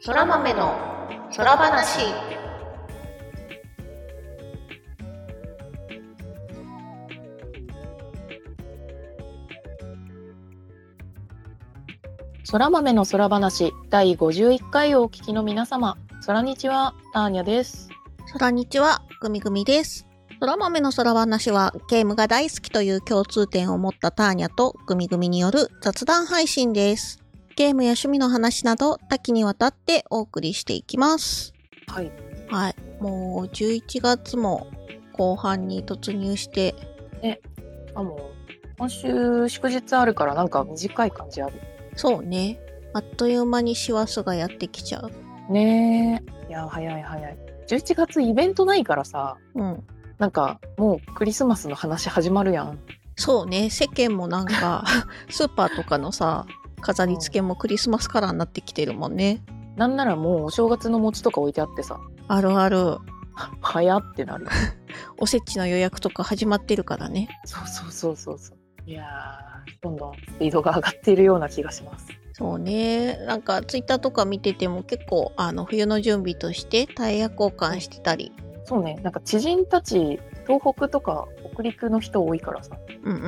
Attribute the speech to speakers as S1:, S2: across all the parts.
S1: そら豆のそら話。
S2: そら豆の空話第51回をお聞きの皆様、そらにちは、ターニャです。
S1: そらにちは、ぐみぐみです。そら豆のそら話はゲームが大好きという共通点を持ったターニャとぐみぐみによる雑談配信です。ゲームや趣味の話など多岐にわたってお送りしていきます。
S2: はい。
S1: はい。もう11月も後半に突入して、
S2: あもう今週祝日あるからなんか短い感じある。
S1: そうね。あっという間に師走がやってきちゃう。
S2: ねえ。いや早い早い。11月イベントないからさ、
S1: うん。
S2: なんかもうクリスマスの話始まるやん。
S1: そうね。世間もなんか、スーパーとかのさ、飾り付けもクリスマスカラーになってきてるもんね。
S2: なんならもうお正月の餅とか置いてあってさ、
S1: あるある。
S2: 早ってなる。
S1: おせちの予約とか始まってるからね。
S2: そうそうそうそうそう。いやー、どんどんスピードが上がっているような気がします。
S1: そうね。なんかツイッターとか見てても結構、あの、冬の準備としてタイヤ交換してたり。
S2: そうね、なんか知人たち、東北とか北陸の人多いからさ、
S1: うんうん。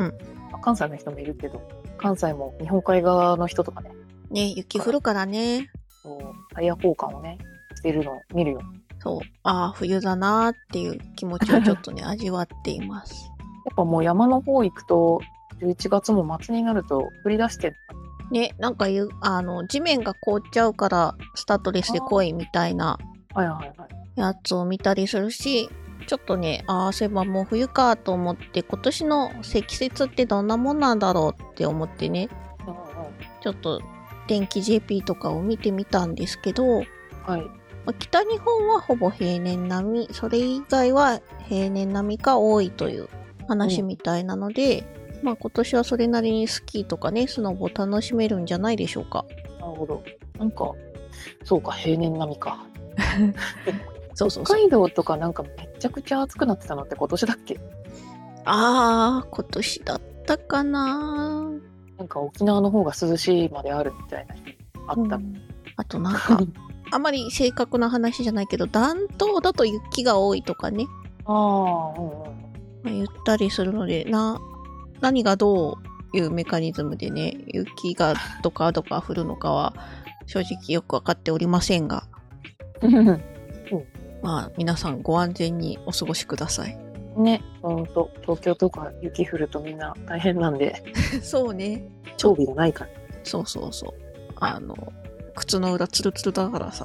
S2: まあ関西の人もいるけど、関西も日本海側の人とかね、
S1: ね、雪降るからね。
S2: こうタイヤ交換をね、してるのを見るよ。
S1: そう。ああ、冬だなーっていう気持ちをちょっとね、味わっています。
S2: やっぱもう山の方行くと、11月も末になると降り出して、
S1: ね、なんかいう、あの、地面が凍っちゃうから、スタートレスで来いみたいな
S2: はいはいはい。
S1: やつを見たりするし、ちょっとね、ああ、そういえばもう冬かと思って、今年の積雪ってどんなもんなんだろうって思ってね、
S2: うん
S1: ちょっと天気 JP とかを見てみたんですけど、
S2: うん、は
S1: ま
S2: い。
S1: あ北日本はほぼ平年並み、それ以外は平年並みか多いという話みたいなので、まあ今年はそれなりにスキーとかね、スノボ楽しめるんじゃないでしょうか。
S2: なるほど。なんか、そうか、平年並みか。
S1: そうそう
S2: 北
S1: そう。
S2: 海道とかなんかめちゃくちゃ暑くなってたのって今年だっけ
S1: ああ、今年だったかな。
S2: なんか沖縄の方が涼しいまであるみたいな日あった。
S1: うんあとなんか あまり正確な話じゃないけど暖冬だと雪が多いとかね、
S2: ああ、うんうん。
S1: まあ言ったりするのでな何がどういうメカニズムでね雪がどかどか降るのかは正直よく分かっておりませんがまあ皆さんご安全にお過ごしください
S2: ね、ほんと、東京とか雪降るとみんな大変なんで、
S1: そうね
S2: 装備がないから。
S1: そうそうそうあの靴の裏ツルツルだからさ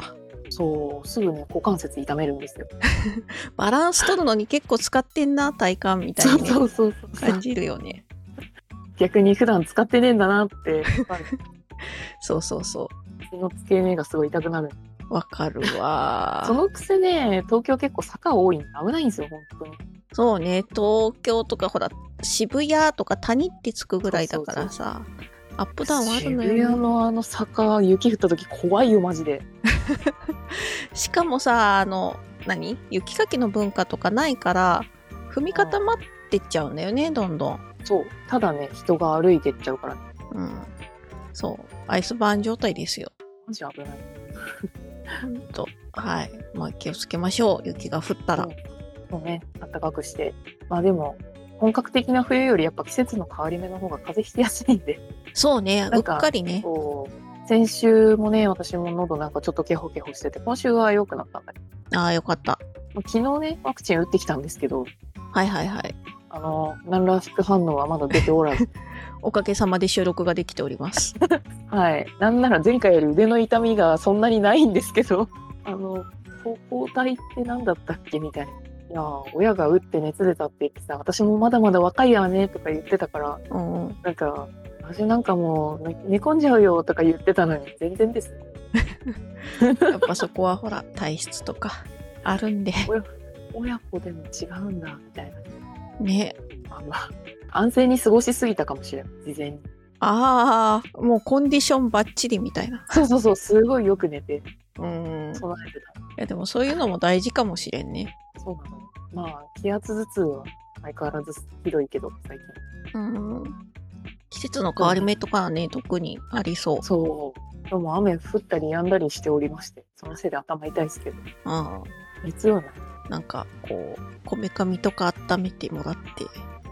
S2: そう、すぐね、股関節痛めるんですよ。
S1: バランス取るのに結構使ってんな体感みたいにね
S2: うそう
S1: 感じるよね
S2: 逆に普段使ってねえんだなって、わかる
S1: そうそうそ
S2: 血の付け根がすごい痛くなる。
S1: う。わかるわ
S2: そ。のくせね、東京結構坂多いんで危ないんですよ、本当に。
S1: そうね、東京とかほら、渋谷とか谷ってつくぐらいだからさ、アップダウンあるの
S2: 渋
S1: よ
S2: 谷
S1: ね。
S2: のあの坂、雪降った時怖いよ、マジで。
S1: しかもさ、あの、何雪かきの文化とかないから、踏み固まってっちゃうんだよね、どんどん。
S2: そう、ただね、人が歩いてっちゃうから、
S1: うん。そう、アイスバーン状態ですよ。
S2: マジ危ない。
S1: ほんと。はい。まあ気をつけましょう、雪が降ったら。
S2: もうね、暖かくして。まあでも、本格的な冬よりやっぱ季節の変わり目の方が風邪ひきやすいんで。
S1: そうね、う
S2: な
S1: っ
S2: んか
S1: かりね。
S2: こう先週もね、私も喉なんかちょっとケホケホしてて、今週は良くなったんだけど、
S1: ああ、よかった。
S2: まあ昨日ね、ワクチン打ってきたんですけど、
S1: はいはいはい。
S2: あの、何ら副反応はまだ出てお らず、
S1: おかげさまで収録ができており ます。
S2: はい。なんなら前回より腕の痛みがそんなにないんですけど、 あの、走行体って何だったっけみたいな。いやー親が打って熱出たって言ってさ、私もまだまだ若いやねとか言ってたから、
S1: うんうん。
S2: なんか、私なんかもう寝寝込んじゃうよとか言ってたのに、全然です。
S1: やっぱそこはほら体質とかあるんで
S2: 親子でも違うんだ、みたいな。
S1: ね
S2: あの安静に過ごしすぎたかもしれない事前に
S1: ああもうコンディションバッチリみたいな
S2: そうそうそうすごいよく寝て
S1: うんい
S2: 備えてた
S1: やでもそういうのも大事かもしれんね
S2: そうなのまあ気圧頭痛は相変わらずひどいけど最近
S1: うん季節の変わり目とかはね特にありそう
S2: そう今日も雨降ったり止んだりしておりまして、そのせいで頭痛いですけど、
S1: あ
S2: 熱はない。
S1: あなんかこうこめかみとか温めてもらって、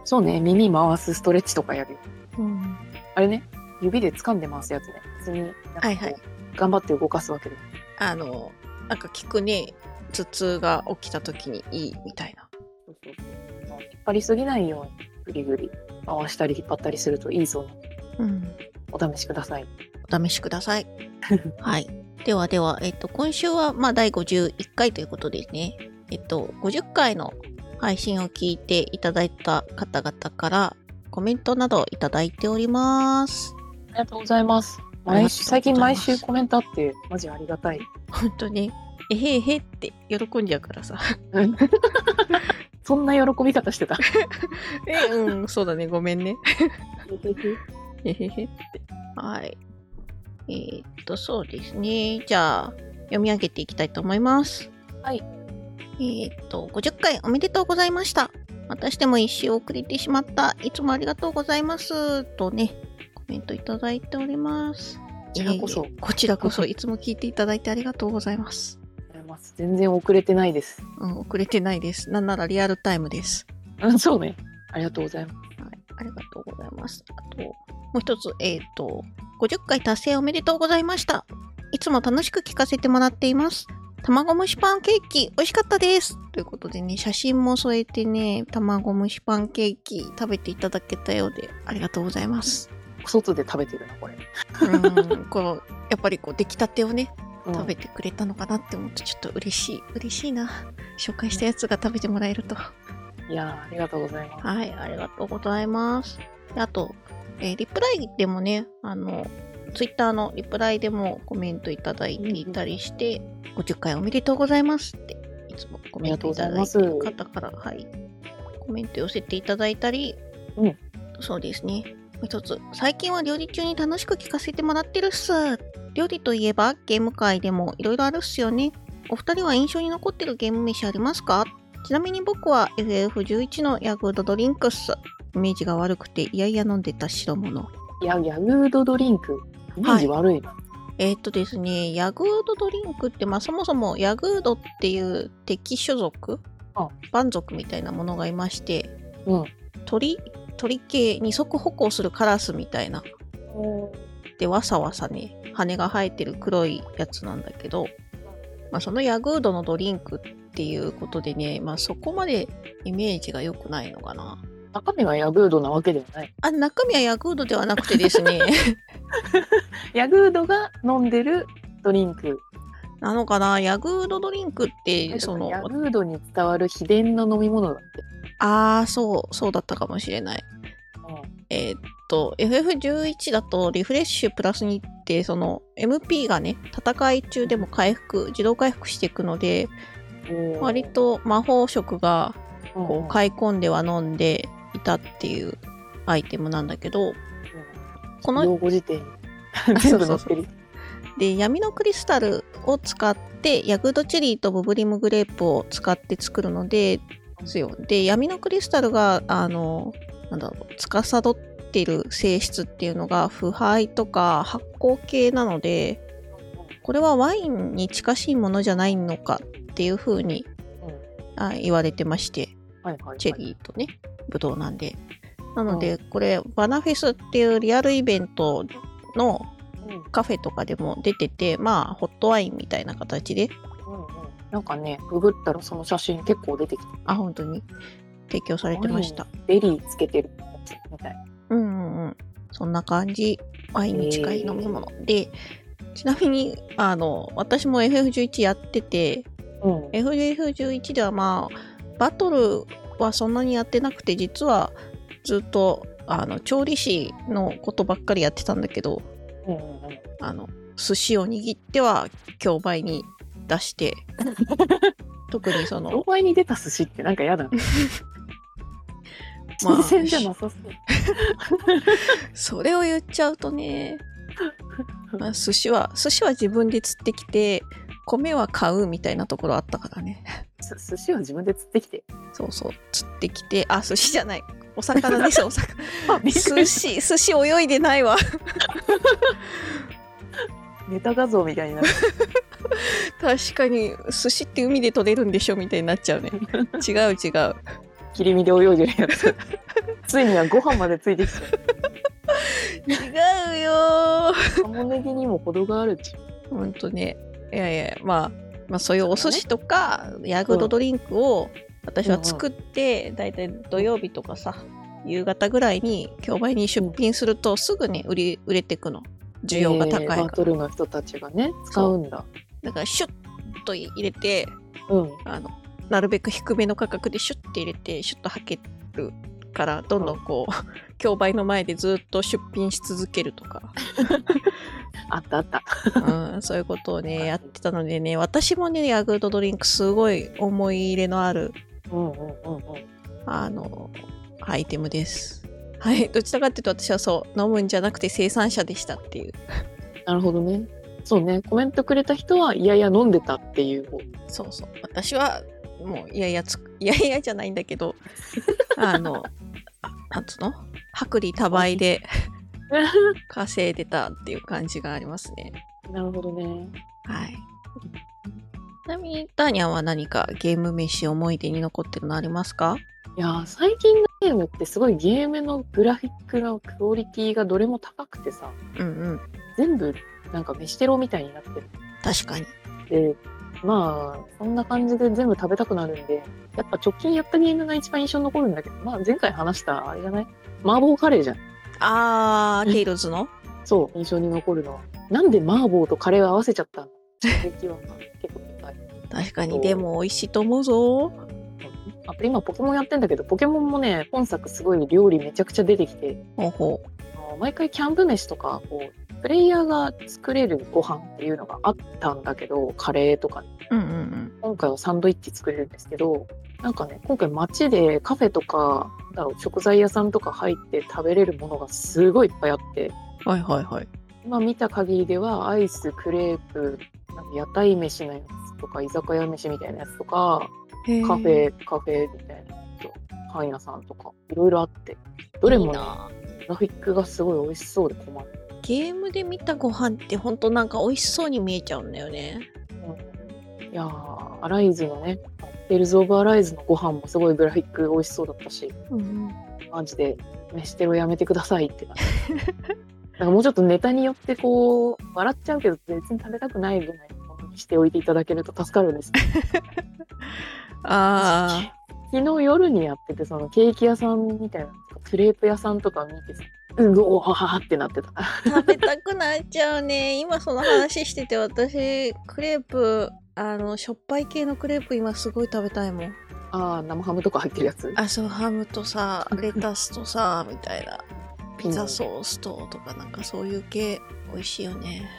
S2: そうね、耳回すストレッチとかやるよ。
S1: うん、
S2: あれね、指で掴んで回すやつね。別に、なんかこう
S1: はいはい
S2: 頑張って動かすわけでも。
S1: あのなんか聞くね頭痛が起きた時にいいみたいな
S2: そうそうそう引っ張りすぎないように、ぐりぐり回したり引っ張ったりするといいそうなので
S1: うん、
S2: お試しください。
S1: お試しくだ さい。はい。ではでは、えっと、今週は、まあ、第51回ということですね。えっと、50回の配信を聞いていただいた方々から、コメントなどいただいております。
S2: ありがとうございます。
S1: ありがとうございま
S2: 毎
S1: す
S2: 週最近毎週コメントあって、マジありがたい。
S1: 本当に、えへえへって喜んじゃうからさ。
S2: そんな喜び方してた。
S1: え、うん、そうだね、ごめんね。えへへって。 はい。えーっと、そうですね。じゃあ、読み上げていきたいと思います。
S2: はい。
S1: えーっと、50回おめでとうございました。またしても一周遅れてしまった。いつもありがとうございます。とね、コメントいただいております。こ
S2: ちらこそ
S1: こちらこそ、いつも聞いていただいてありがとうございます。
S2: 全然遅れてないです。
S1: うん、遅れてないです。なんならリアルタイムです。
S2: うん、そうね。ありがとうございま
S1: はい、ありがとうございます。あと、もう一つ、えっ、と、50回達成おめでとうございました。いつも楽しく聞かせてもらっています。卵蒸しパンケーキ、美味しかったです。ということでね、写真も添えてね、卵蒸しパンケーキ食べていただけたようで、ありがとうございます。
S2: す。外で食べてるな、これ。
S1: うん、 こう、やっぱりこう、出来たてをね、
S2: うん
S1: 食べてくれたのかなって思うと、ちょっと嬉しい。嬉しいな。紹介したやつが食べてもらえると。
S2: いやーありがとうございます。
S1: はい、ありがとうございます。であと、えーリプライでもね、あの、ツイッターのリプライでもコメントいただいていたりして、50回おめでとうございますって、いつもコメントいただいてる方から、はい、コメント寄せていただいたり、
S2: うん
S1: そうですね。もう一つ、最近は料理中に楽しく聞かせてもらってるっす。料理といえばゲーム界でもいろいろあるっすよね。お二人は印象に残ってるゲーム飯ありますかちなみに僕は FF11 のヤクルトドリンクっす。イメージが悪くて、いやいや飲んでた白物。
S2: いや、ヤグードドリンク。イメージ悪いな。
S1: えーっとですね、ヤグードドリンクって、まあそもそもヤグードっていう敵種族
S2: あ、
S1: 蛮族みたいなものがいまして、
S2: うん。
S1: 鳥、鳥系二足歩行するカラスみたいな。で、わさわさね、羽が生えてる黒いやつなんだけど、まあそのヤグードのドリンクっていうことでね、まあそこまでイメージが良くないのかな。
S2: 中身がヤグードなわけではない。
S1: あ中身はヤクードではなくてですね
S2: ヤグードが飲んでるドリンク。
S1: なのかなヤクードドリンクってその
S2: ヤグードに伝わる秘伝の飲み物だって。
S1: ああそうそうだったかもしれないえーっと FF11 だとリフレッシュプラス2ってその MP がね戦い中でも回復自動回復していくので
S2: うん
S1: 割と魔法色がこう
S2: い
S1: 買い込んでは飲んでいたっていうアイテムなんだけどこの
S2: 用語辞典に全部載ってる。
S1: で闇のクリスタルを使ってヤグドチェリーとボブリムグレープを使って作るのでですよで闇のクリスタルがあのなんだろう司っている性質っていうのが腐敗とか発酵系なのでこれはワインに近しいものじゃないのかっていうふうに
S2: うん
S1: あ言われてまして
S2: はいはいはい
S1: チェリーとね、ブドウなんで。なので、これ、バナフェスっていうリアルイベントの
S2: うんうん
S1: カフェとかでも出てて、まあ、ホットワインみたいな形で、
S2: うんなんかね、ググったらその写真結構出てきて、
S1: あ、本当に提供されてました。
S2: ベリーつけてるやつみたいな。
S1: うんうんうん。そんな感じ。ワインに近い飲み物。で、ちなみに、あの、私も FF11 やってて、
S2: うん。
S1: FF11 ではまあ、バトルはそんなにやってなくて、実はずっと、あの、調理師のことばっかりやってたんだけど、
S2: うんうんうん
S1: あの寿司を握っては競売に出して 特にそ
S2: 老
S1: の
S2: 害に出た寿司ってなんか 嫌だな。
S1: まあ
S2: 新鮮じゃなさそう。
S1: それを言っちゃうと ね、まあ、寿司は寿司は自分で釣ってきて米は買うみたいなところあったからね
S2: す寿司を自分で釣ってきて。
S1: そうそう釣ってきてあ寿司じゃないお魚ですお 魚
S2: あ、びっく
S1: 寿
S2: りし
S1: 司寿司泳いでないわ
S2: ネタ画像みたいになる。
S1: 確かに寿司って海で取れるんでしょみたいになっちゃうね違う違 う
S2: 切り身で泳いでるや つ。ついにはご飯までついてきちゃ
S1: 違うよ
S2: う。玉ねぎにも程があるっちゅう。
S1: ほんとねいやいやまあまあそういうお寿司とかヤグルトドリンクを私は作ってだいたい土曜日とかさ夕方ぐらいに競売に出品するとすぐね売り売れてくの需要が高い
S2: え
S1: か
S2: ー
S1: ら、
S2: バトルの人たちがね、使うんだ。
S1: だからシュッと入れて
S2: うん。
S1: あのなるべく低めの価格でシュッて入れてシュッとはけるからどんどんこう、競売の前でずっと出品し続けるとか、
S2: あったあった。
S1: うん、そういうことをねやってたのでね私もねヤグルトドリンクすごい思い入れのある
S2: うんうんうんうん。
S1: あのアイテムです。はい、どちらかっていうと私はそう飲むんじゃなくて生産者でしたっていう
S2: なるほどね。そうね。コメントくれた人は、いやいや飲んでたっていう方。
S1: そうそう私はもういやいやついやいやじゃないんだけどあのあなんつうの薄利多売で稼いでたっていう感じがありますね
S2: なるほどね。
S1: はいちなみにターニャンは何かゲーム飯思い出に残ってるのありますか
S2: いやー最近のゲームってすごいゲームのグラフィックのクオリティがどれも高くてさ
S1: うんうん
S2: 全部なんか飯テロみたいになって
S1: 確かに
S2: るでまあそんな感じで全部食べたくなるんでやっぱ直近やったゲームが一番印象に残るんだけどまあ前回話したあれじゃない麻婆カレーじゃん
S1: あーテイルズの
S2: そう印象に残るのはなんで麻婆とカレーを合わせちゃ ったの衝撃はまあ結構高い
S1: 確かにでも美味しいと思うぞ
S2: あと今ポケモンやってんだけどポケモンもね今作すごい料理めちゃくちゃ出てきて
S1: ほうほう
S2: あの毎回キャンプ飯とかこうプレイヤーが作れるご飯っていうのがあったんだけどカレーとかね
S1: うんうんうん
S2: 今回はサンドイッチ作れるんですけどなんかね今回街でカフェとかなんだろう食材屋さんとか入って食べれるものがすごいいっぱいあって
S1: はいはいはい
S2: 今見た限りではアイスクレープなんか屋台飯のやつとか居酒屋飯みたいなやつとか
S1: へー
S2: カフェカフェみたいなやつとパン屋さんとかいろいろあってどれも
S1: いい
S2: ね
S1: な
S2: グラフィックがすごい美味しそうで困る。
S1: ゲームで見たご飯ってほんとなんか美味しそうに見えちゃうんだよね。
S2: いやーアライズのね、テールズ・オブ・アライズのご飯もすごいグラフィック美味しそうだったし、
S1: うん、
S2: マジで、飯テロやめてくださいって感じ。 なんかもうちょっとネタによってこう、笑っちゃうけど、別に食べたくないぐらいのものにしておいていただけると助かるんですけど、
S1: あ
S2: 昨日夜にやってて、そのケーキ屋さんみたいな、クレープ屋さんとか見てさ、うん、おははってなってた。
S1: あ食べたくなっちゃうね。今その話してて私クレープあのしょっぱい系のクレープ今すごい食べたいもん。
S2: ああ、生ハムとか入ってるやつ。
S1: あそうハムとさレタスとさみたいなピザソースととかなんかそういう系美味しいよね。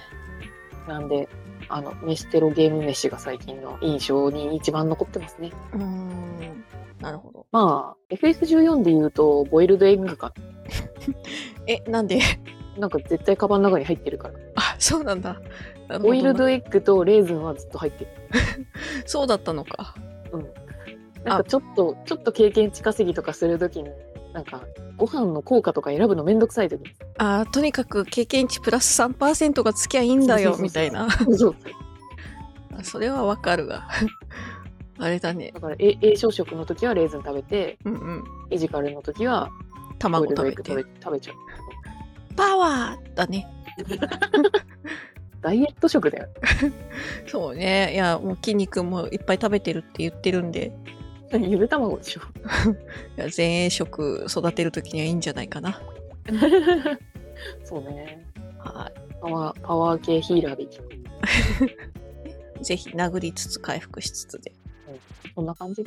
S2: なんで、あの、飯テロゲーム飯が最近の印象に一番残ってますね。
S1: うーんなるほど。
S2: まあ、FF14 で言うと、ボイルドエッグか。
S1: えなんで
S2: なんか絶対カバンの中に入ってるから。
S1: あそうなんだ。なるほど
S2: ボイル
S1: な
S2: ドエッグとレーズンはずっと入ってる。
S1: そうだったのか。
S2: なんかちょっと、ちょっと経験近すぎとかするときに、なんか、ご飯の効果とか選ぶのめんどくさいときに。
S1: あーとにかく経験値プラス3%がつきゃいいんだよ
S2: そうそうそうそう
S1: みたいな
S2: そう。
S1: それはわ かるがあれだね
S2: だから、え栄養食の時はレーズン食べて、
S1: うんうん
S2: エジカルの時はボイ
S1: 卵
S2: ルド
S1: 食
S2: エ
S1: べて
S2: ッグ食べ食べちゃう。
S1: パワーだね
S2: ダイエット食だよ。
S1: そうねいやもう筋肉もいっぱい食べてるって言ってるんで
S2: ゆで卵でしょ。
S1: いや前衛食育てる時にはいいんじゃないかな
S2: そうね。
S1: は
S2: パワー、パワー系ヒーラーでいきます。
S1: いぜひ殴りつつ回復しつつで
S2: そんな感じ。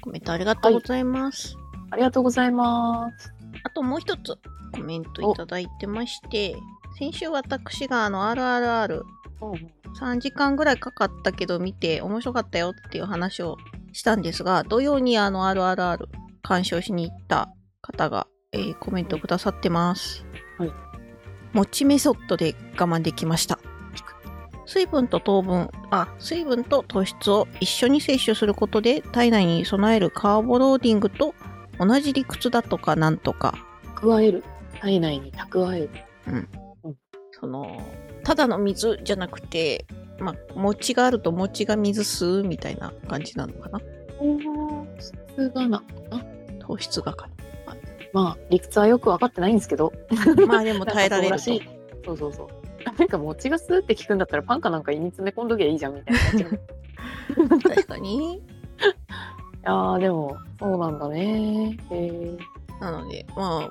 S1: コメントありがとうございます、
S2: ありがとうございます。
S1: あともう一つコメントいただいてまして先週私があの RRR
S2: うん
S1: 3時間ぐらいかかったけど見て面白かったよっていう話をしたんですが土曜にあの「あるあるある」鑑賞しに行った方が、えーコメントくださってます。
S2: はい
S1: もちメソッドで我慢できました。水分と糖分、あ、水分と糖質を一緒に摂取することで体内に備えるカーボローディングと同じ理屈だとかなんとか
S2: 蓄える体内に蓄える
S1: そのただの水じゃなくて、まあ、餅があると餅が水吸うみたいな感じなのかな
S2: 質がなあ
S1: 糖質 がか
S2: まあ理屈はよく分かってないんですけど
S1: なまあでも耐えられ
S2: なんか
S1: ると
S2: そうらしいそうそうそうなんか餅が吸うって聞くんだったらパンかなんか胃に詰め込んどきゃいいじゃんみたいな感 じい
S1: 確かに
S2: やーでもそうなんだねえー、
S1: なのでまあ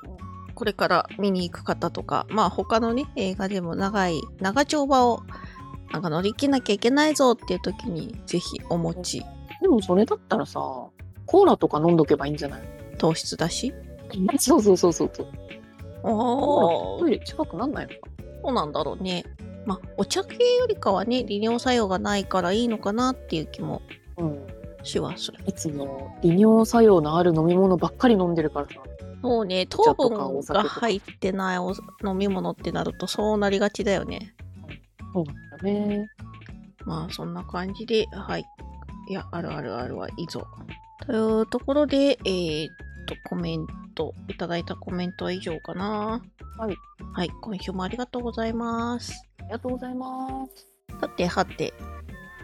S1: これから見に行く方とかまあ他のね映画でも長い長丁場をなんか乗り切らなきゃいけないぞっていう時にぜひお餅
S2: でもそれだったらさコーラとか飲んどけばいいんじゃない
S1: 糖質だし
S2: そうそうそうそうそう
S1: おー
S2: トイレ近くなんないのか
S1: そうなんだろうね。まあ、お茶系よりかはね、利尿作用がないからいいのかなっていう気も
S2: うん
S1: しはする。
S2: いつも利尿作用のある飲み物ばっかり飲んでるからさ
S1: そうね、糖
S2: 茶とか
S1: 分が
S2: お酒とか
S1: 入ってないお飲み物ってなるとそうなりがちだよね。
S2: そうなんだね
S1: まあ、そんな感じで、はい。いや、あるあるあるはいいぞ。というところで、えー、っと、コメント、いただいたコメントは以上かな。
S2: はい。
S1: はい、今週もありがとうございます。
S2: ありがとうございます
S1: さて、はて、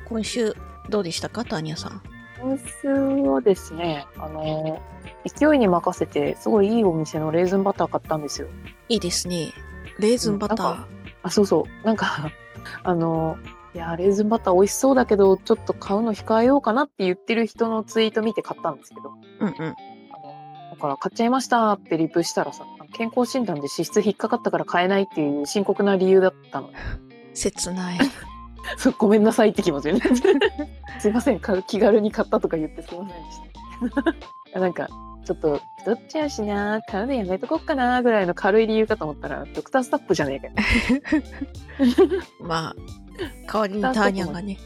S1: 今週どうでしたか、ターニャさん。
S2: 今週はですねあの勢いに任せてすごいいいお店のレーズンバター買ったんですよ
S1: いいですね。レーズンバタ
S2: うん
S1: ー
S2: な。あそうそうなんか あのいやレーズンバター美味しそうだけどちょっと買うの控えようかなって言ってる人のツイート見て買ったんですけど
S1: うんうん。
S2: あのだから買っちゃいましたってリプしたらさ健康診断で脂質引っかかったから買えないっていう深刻な理由だったの
S1: 切 ない。
S2: そうごめんなさいって気持ちになって すいませんか気軽に買ったとか言ってすいませんでしたいや なんかちょっと太っちゃうしな買うのやめとこっかなぐらいの軽い理由かと思ったらドクタースタッフじゃねえかよ
S1: まあ、代わりにターニャが ね、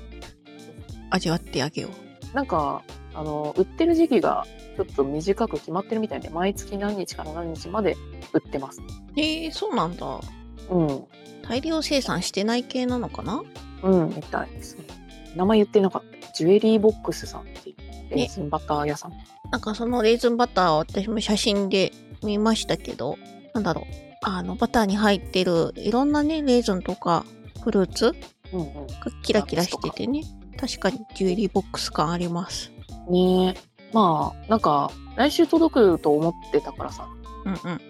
S1: 味わってあげよう。
S2: なんかあの売ってる時期がちょっと短く決まってるみたいで毎月何日から何日まで売ってます。
S1: えー、そうなんだ。
S2: うん、
S1: 大量生産してない系なのかな
S2: うん、みたいですね。名前言ってなかった。ジュエリーボックスさんっていうレーズンバター屋さん。
S1: なんかそのレーズンバターは私も写真で見ましたけど、なんだろう。あの、バターに入ってるいろんなね、レーズンとかフルーツ
S2: う
S1: が
S2: ん
S1: キラキラしててね。確かにジュエリーボックス感あります。
S2: うん。ねえ。まあなんか来週届くと思ってたからさ
S1: うんうん。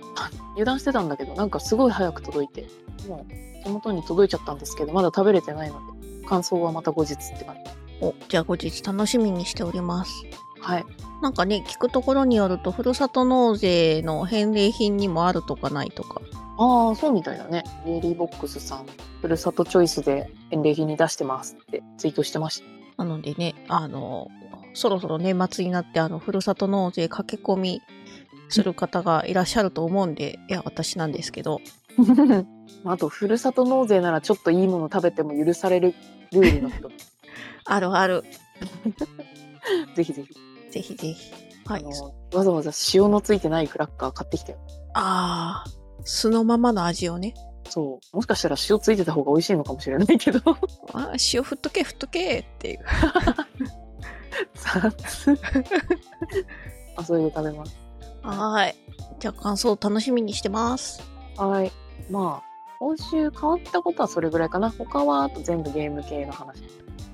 S2: 油断してたんだけどなんかすごい早く届いてもう手元に届いちゃったんですけどまだ食べれてないので感想はまた後日って感じ。
S1: お、じゃあ後日楽しみにしております。
S2: はい。
S1: なんかね、聞くところによると、ふるさと納税の返礼品にもあるとかないとか。
S2: ああ、そうみたいだね。ジュエリーボックスさん、ふるさとチョイスで返礼品に出してますってツイートしてまし
S1: な
S2: た。
S1: のでね、あの、そろそろ年末になって、あの、ふるさと納税駆け込みする方がいらっしゃると思うんで、いや、私なんですけど、
S2: あと、ふるさと納税ならちょっといいもの食べても許されるルールの人、
S1: あるある。
S2: ぜひぜひ、
S1: ぜひぜひ。はい
S2: あ。のわざわざ塩のついてないクラッカー買ってきたよ。
S1: ああ、素のままの味をね。
S2: そう。もしかしたら塩ついてた方が美味しいのかもしれないけ ど。
S1: あー塩振っとけ、振っとけっていう。
S2: 雑あ、それで食べます。
S1: はーい。じゃあ、感想楽しみにしてます。
S2: はい。まあ、今週変わったことはそれぐらいかな。他は、あと全部ゲーム系の話。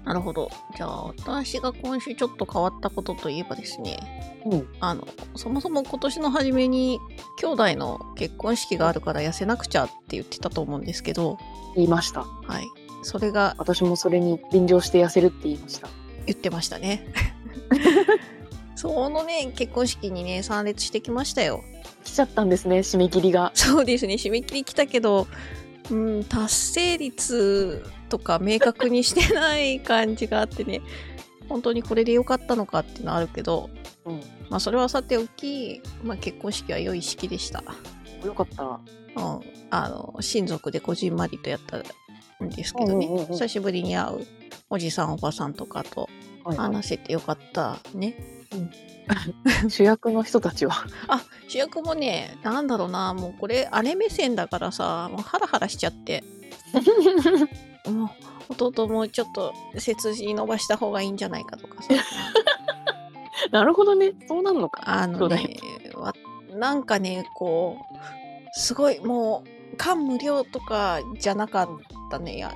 S1: なるほど。じゃあ、私が今週ちょっと変わったことといえばですね、
S2: うん。
S1: あのそもそも今年の初めに兄弟の結婚式があるから痩せなくちゃって言ってたと思うんですけど、
S2: 言いました。
S1: はい、それが
S2: 私もそれに便乗して痩せるって言いました。
S1: 言ってましたねそのね結婚式にね参列してきましたよ
S2: 来ちゃったんですね、締め切りが。
S1: そうですね締め切り来たけどうん達成率とか明確にしてない感じがあってね本当にこれで良かったのかっていうのはあるけど、
S2: うん。
S1: まあ、それはさておき、まあ、結婚式は良い式でした。
S2: よかった。
S1: うん、あの親族でこじんまりとやったんですけどね、
S2: うんうんうんうん
S1: 久しぶりに会うおじさんおばさんとかと
S2: はいはい
S1: 話せてよかったね。
S2: 主役の人たち は。
S1: あ主役もねなんだろうなもうこれ姉目線だからさもうハラハラしちゃってもう弟もちょっと背筋伸ばした方がいいんじゃないかとかさ
S2: なるほどね。そうなんのか。
S1: あのねわなんかねこうすごいもう感無量とかじゃなかっったねいや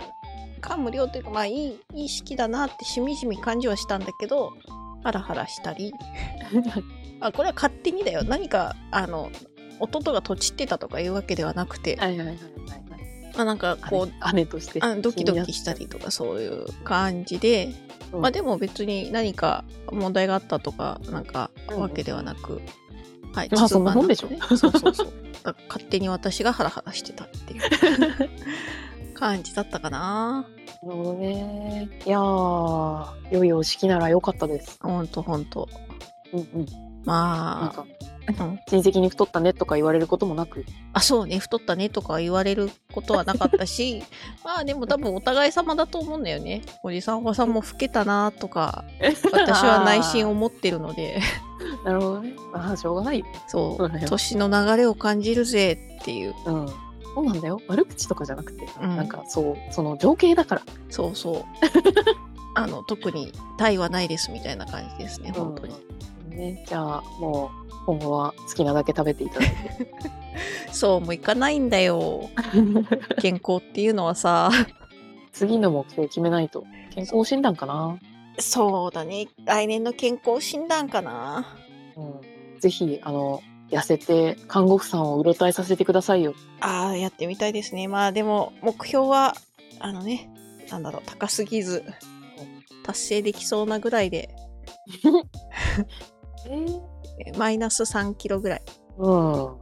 S1: 感無量というかまあいいいい式だなってしみじみ感じはしたんだけどハラハラしたりあこれは勝手にだよ何かあの弟がとちってたとかいうわけではなくて、
S2: はいはいはい
S1: まあ、なんか
S2: こ
S1: こう
S2: う姉として
S1: あドキドキしたりとかそういう感じで、
S2: うん
S1: まあでも別に何か問題があったとかなんか
S2: うん
S1: わけではなく、はい
S2: まあそんなもんでし
S1: そ
S2: ょ
S1: うそうそうだから勝手に私がハラハラしてたっていう 感じだったかな
S2: なるほどねいやー良いお式なら良かったです
S1: ほんとほんと
S2: うんうんな
S1: ま
S2: ん
S1: あ
S2: か
S1: うん
S2: 親戚に太ったねとか言われることもなく
S1: あそうね太ったねとか言われることはなかった しまあでも多分お互い様だと思うんだよねおじさんおばさんも老けたなと か私は内心を持ってるので
S2: なるほどねまあしょうがないよ
S1: そ
S2: そう
S1: う
S2: だよ
S1: 年の流れを感じるぜっていう
S2: うんそうなんだよ悪口とかじゃなくて、
S1: うん
S2: なんかそうその情景だから
S1: そうそう あの特に対はないですみたいな感じですね本当に、
S2: うんね、じゃあもう今後は好きなだけ食べていただいて
S1: そうもいかないんだよ 健康っていうのはさ
S2: 次の目標決めないと健康診断かな、
S1: そうだね来年の健康診断かな
S2: うん、ぜひあの痩せて看護婦さんをうろたえさせてくださいよ
S1: ああやってみたいですねまあでも目標はあのねなんだろう高すぎず達成できそうなぐらいでえマイナス3キロぐらい
S2: うん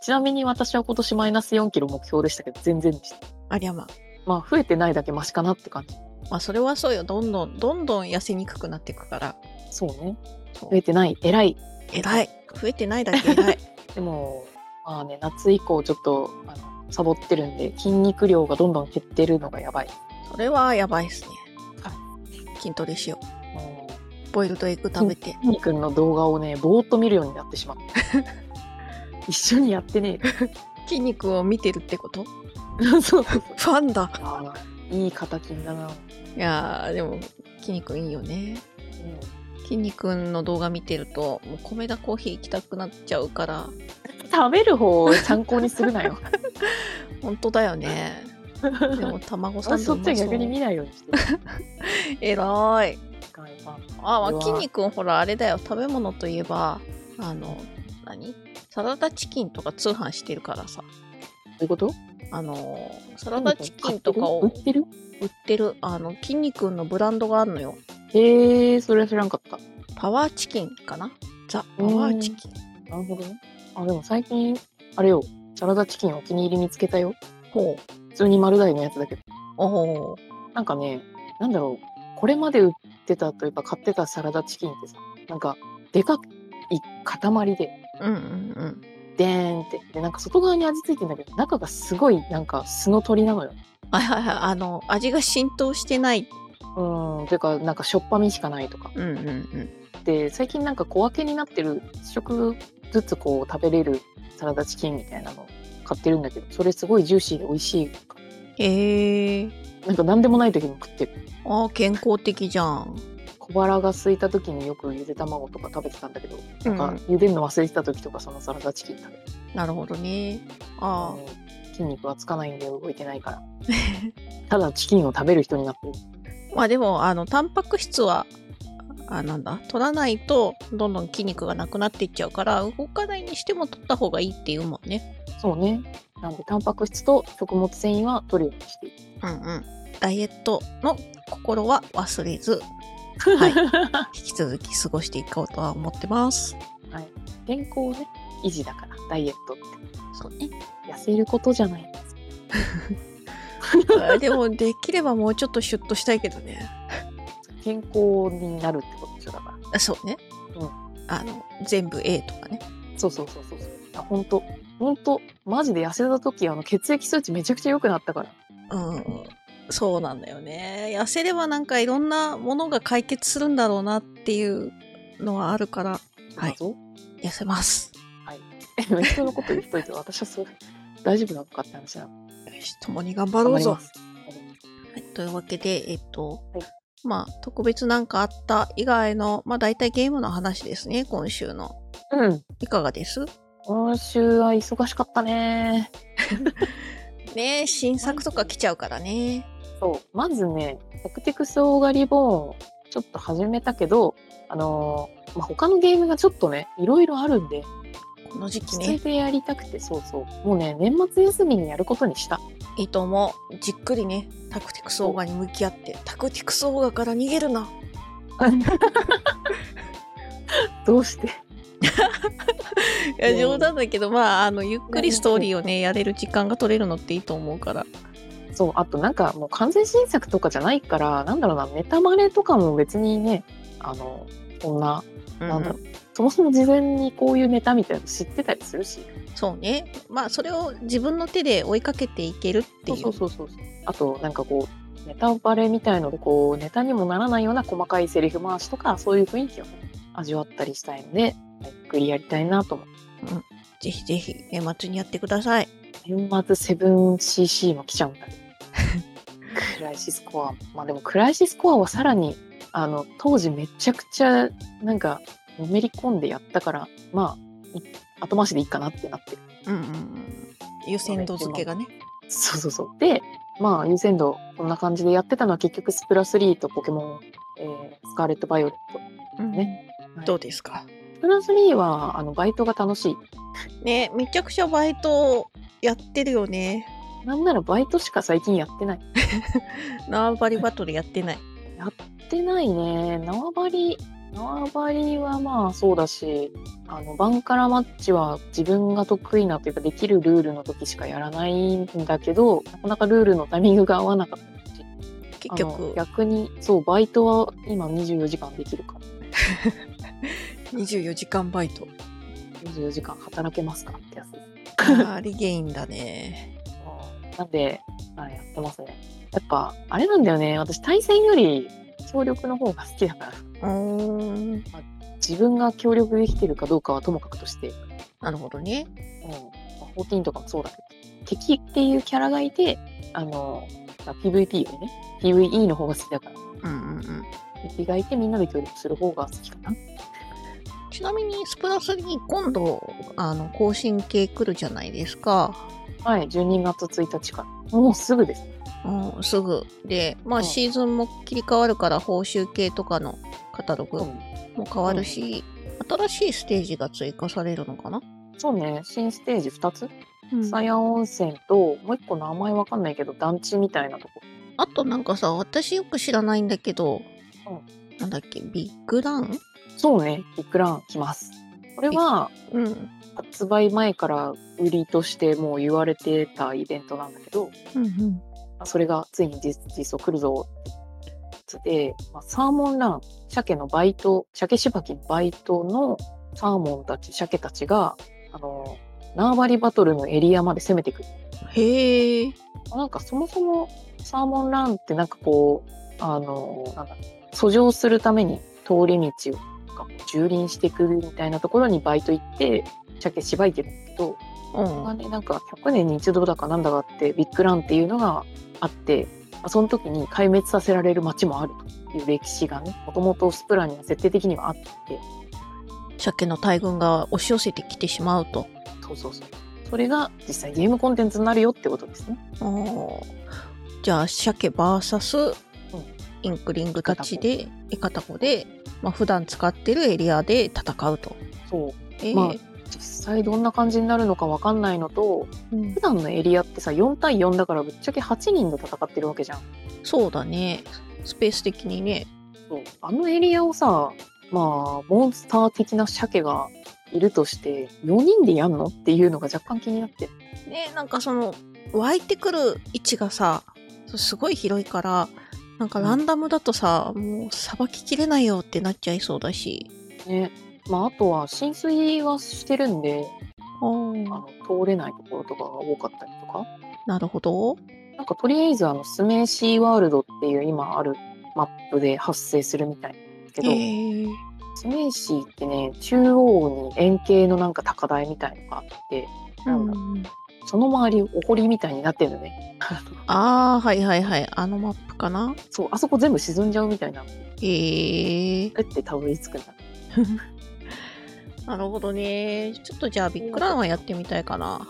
S2: ちなみに私は今年マイナス4キロ目標でしたけど全然でした
S1: ありゃまあ
S2: まあ増えてないだけマシかなって感じ
S1: まあそれはそうよどんどんどんどん痩せにくくなっていくから
S2: そうね
S1: そう
S2: 増えてない偉い
S1: 偉い増えてないだけ偉 い
S2: でもまあね夏以降ちょっとあのサボってるんで筋肉量がどんどん減ってるのがやばい、
S1: それはやばいっすね
S2: は
S1: 筋トレしよ
S2: うん
S1: うボイルドエッグ食べて
S2: きんに君の動画をねぼーっと見るようになってしまった一緒にやってね
S1: 筋肉を見てるってこと
S2: えそうそうそ
S1: フ
S2: う
S1: ァンだ
S2: あーいい形だな、
S1: いやーでも筋肉いいよね筋肉の動画見てるともう米田コーヒー行きたくなっちゃうから
S2: 食べる方を参考にするな よ
S1: 本当だよ ねで も卵サンド
S2: そっ
S1: う
S2: ちは
S1: まそう
S2: 逆に見ないようにしてる
S1: えらいあ、ま
S2: う
S1: あ、
S2: わ
S1: 筋肉ほらあれだよ食べ物といえばあの何サラダチキンとか通販してるからさ
S2: どういうこと
S1: あのサラダチキンとかを
S2: 売ってる
S1: 売ってるあの筋肉のブランドがあるのよ
S2: へえそれは知らんかった
S1: パワーチキンかなザ・パワーチキン
S2: なるほどねあでも最近あれよサラダチキンお気に入り見つけたよ
S1: ほう
S2: 普通に丸大のやつだけど
S1: おー
S2: なんかねなんだろうこれまで売ってたというか買ってたサラダチキンってさなんかでかい塊で
S1: うんうんうん
S2: でーんってでなんか外側に味付いてんだけど中がすごいなんか素の鳥なのよ
S1: はいはいはいあの味が浸透してないう
S2: ーんていうかなんかしょっぱみしかないとか
S1: うんうんうん
S2: で最近なんか小分けになってる一食ずつこう食べれるサラダチキンみたいなの買ってるんだけどそれすごいジューシーで美味しい
S1: へえ
S2: なんか何でもない時に食ってる
S1: あー健康的じゃん
S2: 小腹が空いた時によくゆで卵とか食べてたんだけど、
S1: うん
S2: なんか茹でるの忘れてた時とかそのサラダチキン食べて
S1: なるほどねあー
S2: 筋肉はつかないんで動いてないからただチキンを食べる人になってる
S1: まあでもあのタンパク質はあなんだ取らないとどんどん筋肉がなくなっていっちゃうから動かないにしても取った方がいいっていうもんね
S2: そうね。なんで、タンパク質と食物繊維は取るようにしている。
S1: うんうんダイエットの心は忘れず、 はい、引き続き過ごしていこうとは思ってます
S2: 健康をね、維持だから、ダイエットって。
S1: そうね
S2: 痩せることじゃないんです。
S1: でもできればもうちょっとシュッとしたいけどね
S2: 健康になるってことでしょ、だから。
S1: あそうね
S2: うん
S1: あの全部 A とかね
S2: そうそうそうそうそう。あ、ほんと。ほんと、マジで痩せた時、あの、血液数値めちゃくちゃ良くなったから。
S1: うんそうなんだよね痩せればなんかいろんなものが解決するんだろうなっていうのはあるからはい
S2: だぞ。
S1: 痩せます。
S2: はい。 人のこと言っといて、私はそう、大丈夫なのかって話なの。
S1: よし共に頑張ろう
S2: 頑
S1: ぞ
S2: 張りま。す。
S1: はい、というわけで、えっと、
S2: はい
S1: まあ、特別なんかあった以外の、まあ、大体ゲームの話ですね、今週の。
S2: うん。
S1: いかがです
S2: 今週は忙しかったね。
S1: ね新作とか来ちゃうからね。
S2: そうまずねタクティクス・オーガ・リボーンちょっと始めたけどあのーまあ、他のゲームがちょっとねいろいろあるんで
S1: この時期
S2: 普通
S1: ね。
S2: でやりたくてそうそうもうね年末休みにやることにした
S1: いいと思う。じっくりね、タクティクスオーガに向き合って、タクティクスオーガから逃げるな。
S2: どうして
S1: いや、
S2: うん
S1: 冗談だけど、まあ、あの、ゆっくりストーリーをね、やれる時間が取れるのっていいと思うから。
S2: そうあとなんかもう完全新作とかじゃないからなんだろうなネタバレとかも別にねあのこんななんだろう、そもそも事前にこういうネタみたいなの知ってたりするし
S1: そうね。まあ、それを自分の手で追いかけていけるって
S2: そ
S1: いうう。
S2: そうそうそうあとなんかこうネタバレみたいのでこうネタにもならないような細かいセリフ回しとかそういう雰囲気をね、味わったりしたいのでゆっくりやりたいなと思う
S1: ぜひぜひ、年末にやってください。
S2: 年末 7cc も来ちゃうん だけどクライシスコアもまあでもクライシスコアはさらにあの当時めちゃくちゃなんかのめり込んでやったからまあい後回しでいいかなってなってる
S1: うんうんうん。優先度付けがね。
S2: そうそうそう。で、まあ、優先度、こんな感じでやってたのは結局、スプラ3とポケモン、えースカーレット・バイオレット。
S1: うん
S2: ねはい
S1: どうですか
S2: スプラ3は、あの、バイトが楽しい。
S1: ねめちゃくちゃバイトやってるよね。
S2: なんならバイトしか最近やってない。や
S1: 縄張りバトルやってない。
S2: ってないね。縄張り、縄張りはまあそうだし、あの、バンカラマッチは自分が得意なというか、できるルールの時しかやらないんだけど、なかなかルールのタイミングが合わなかったし、
S1: 結
S2: あの
S1: 局、
S2: 逆に、そう、バイトは今24時間できるから。
S1: 24時間バイト。
S2: 24時間働けますかってやつです。
S1: ありゲインだね。
S2: なんで、あやってますね。やっぱ、あれなんだよね。私、対戦より協力の方が好きだか
S1: う
S2: ら。
S1: ーん。
S2: 自分が協力できてるかどうかはともかくとして、うん。
S1: なるほどね。
S2: 14とかもそうだけど、敵っていうキャラがいて、あの、まあ PVP よりね、PVE の方が好きだから、
S1: うんうんうん。
S2: 敵がいてみんなで協力する方が好きかな。
S1: ちなみに、スプラスに今度、あの、更新系来るじゃないですか。
S2: はい、12月1日から。もうすぐです。
S1: うん、すぐ。で、ま
S2: う
S1: あ、
S2: ん
S1: シーズンも切り替わるから、報酬系とかのカタログ
S2: うん
S1: も変わるし、新しいステージが追加されるのかな、
S2: そうね、新ステージ2つ
S1: うん
S2: 草屋温泉ともう一個名前わかんないけど団地みたいなとこ
S1: あとなんかさ、私よく知らないんだけど、
S2: うん
S1: なんだっけ、ビッグラン
S2: そうねビッグラン来ますこれは
S1: うん。
S2: 発売前から売りとしてもう言われてたイベントなんだけど
S1: うんうん。
S2: それがついに実実装来るぞってやつで、まあ、サーモンラン鮭のバイト鮭しばきのバイトのサーモンたち鮭たちがあの縄張りバトルのエリアまで攻めてくる
S1: へえ。
S2: なんかそもそもサーモンランってなんかこうあのなんだ遡上するために通り道をなんか蹂躙してくるみたいなところにバイト行って鮭しばいてるんだけど
S1: う
S2: それが
S1: ん。
S2: ねなんか100年に一度だかなんだかあってビッグランっていうのがあって、まあその時に壊滅させられる町もあるという歴史がねもともとスプラには設定的にはあって
S1: 鮭の大群が押し寄せてきてしまうと。
S2: そうそうそうそれが実際ゲームコンテンツになるよってことですね。
S1: おーじゃあ、鮭 VS
S2: うん
S1: インクリングたちで、イカタコで、まあ、普段使ってるエリアで戦うと。
S2: そう
S1: えー
S2: まあ実際どんな感じになるのかわかんないのと
S1: うん
S2: 普段のエリアってさ4対4だからぶっちゃけ8人で戦ってるわけじゃん
S1: そうだね。スペース的にね。
S2: そうあのエリアをさまあモンスター的な鮭がいるとして4人でやんのっていうのが若干気になって
S1: ねなんかその湧いてくる位置がさそうすごい広いからなんかランダムだとさ、もうさばききれないよってなっちゃいそうだし
S2: ねまああとは浸水はしてるんであ
S1: あ
S2: の通れないところとかが多かったりとか
S1: なるほど
S2: なんかとりあえずあのスメーシーワールドっていう今あるマップで発生するみたいだけど、
S1: へえ
S2: スメーシーってね中央に円形のなんか高台みたいのがあってなんだその周りお堀みたいになってるのねあの
S1: ああはいはいはいあのマップかな
S2: そうあそこ全部沈んじゃうみたいな
S1: へえ
S2: えってたどり着くんだ
S1: なるほどねちょっとじゃあビッグランはやってみたいかな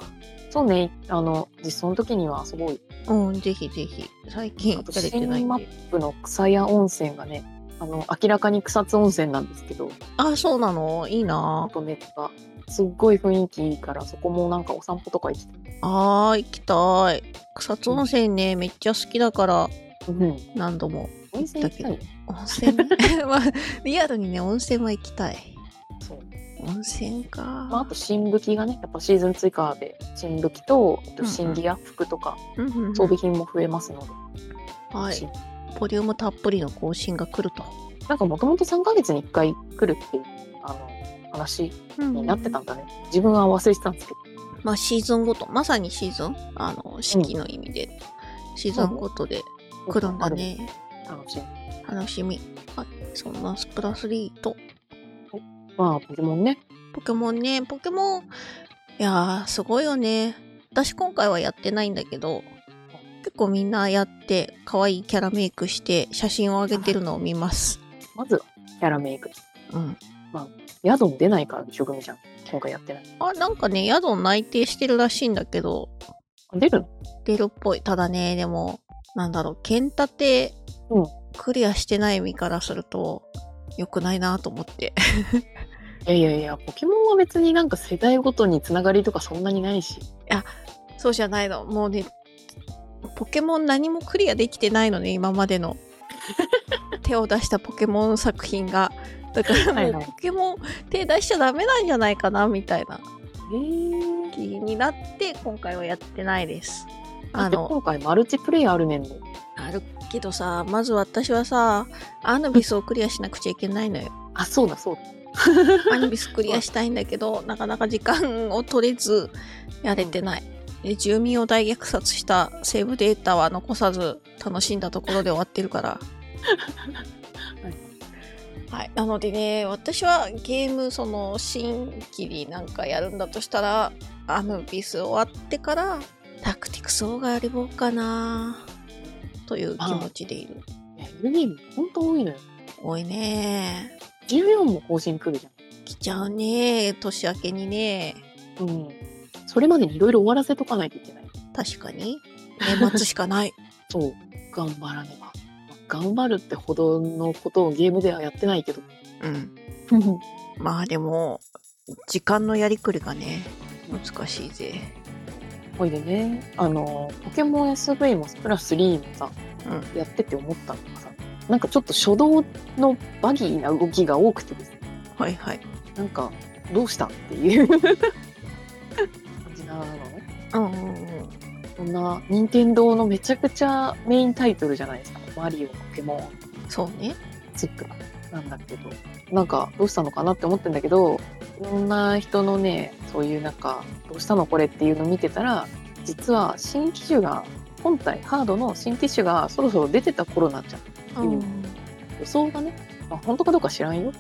S2: そうね、あの、実装の時にはすごい、
S1: うん、ぜひぜひ。最近
S2: あと
S1: 疲れてない
S2: 新
S1: ん
S2: マ
S1: で
S2: ッ。プの草屋温泉がね、あの、明らかに草津温泉なんですけど、
S1: あ、そうなのいいな
S2: あとね、がすっごい雰囲気いいから、そこもなんかお散歩とか行きたい。
S1: あー、行きたい。草津温泉ね、めっちゃ好きだから、
S2: うん。
S1: 何度も。
S2: 温泉行きたいよね。
S1: 温泉 まあ、リアルにね、温泉は行きたい。
S2: そう。
S1: 温泉か。
S2: まあ、あと新武器がね、やっぱシーズン追加で、新武器と、あと新ギア、服とか、
S1: うんうんうん
S2: 装備品も増えますので。
S1: はい。ボリュームたっぷりの更新が来ると。
S2: なんかもともと3ヶ月に1回来るっていう、あの、話になってたんだね。自分は忘れてたんですけど。
S1: まあシーズンごと、まさにシーズン、あの、四季の意味で、シーズンごとで来るんだね。
S2: ある。楽しい。
S1: 楽しみ。はい。そんなスプラ3と、
S2: まあ、ポケモンね。
S1: ポケモンね、ポケモン、いやー、すごいよね。私今回はやってないんだけど、結構みんなやって、可愛いキャラメイクして、写真を上げてるのを見ます。
S2: まずは、キャラメイク。
S1: うん。
S2: 宿に出ないから、職務じゃん。今回やってない。
S1: あ、なんかね、宿内定してるらしいんだけど、
S2: あ出るの
S1: 出るっぽい。ただね、でも、なんだろう、剣立て
S2: うん、
S1: クリアしてない身からすると、良くないなと思って。
S2: いやいやいや、ポケモンは別になんか世代ごとにつながりとかそんなにないし。
S1: そうじゃないの。もうね、ポケモン何もクリアできてないのね、今ま での。手を出したポケモン作品が。だから
S2: はい
S1: も
S2: は
S1: う
S2: い
S1: ポケモン手出しちゃダメなんじゃないかな、みたいな
S2: へえ。
S1: 気になって、今回はやってないです。あ
S2: あの、
S1: の、
S2: 今回マルチプレイあるねんの。
S1: あるけどさ、まず私はさ、アヌビスをクリアしなくちゃいけないのよ。
S2: あ、そうだそうだ。
S1: アニビスクリアしたいんだけど、なかなか時間を取れずやれてない。で住民を大虐殺したセーブデータは残さず楽しんだところで終わってるから。はい、なのでね私はゲームその新規になんかやるんだとしたらアヌビス終わってからタクティクスオーガリボーかなという気持ちでいる。
S2: いや、ルネームほんと多いのよ。
S1: 多いね
S2: 14も更新来るじ
S1: 来ちゃうね年明けにね
S2: ゃん。うん。それまでにいろいろ終わらせとかないといけない。
S1: 確かに年末しかない
S2: そう。頑張らねば。頑張るってほどのことをゲームではやってない けど。
S1: うんまあでも時間のやりくりがね難しいぜ
S2: ほいでね、あの、ポケモン SV もプラス3もさ、
S1: う
S2: やってて思ったのがさ、なんかちょっと初動のバギーな動きが多くてですね
S1: はいはい
S2: なんか、どうしたっていう感じなのね。
S1: うんうんうん
S2: そんな、任天堂のめちゃくちゃメインタイトルじゃないですか。マリオ、ポケモン、
S1: そうね
S2: スックなんだけど、なんか、どうしたのかなって思ってんだけど、いろんな人のね、そういうなんか、どうしたのこれっていうの見てたら、実は新機種が、本体、ハードの新機種がそろそろ出てた頃なんじゃん。うん予想がね、まあ、本当かどうか知らんよ。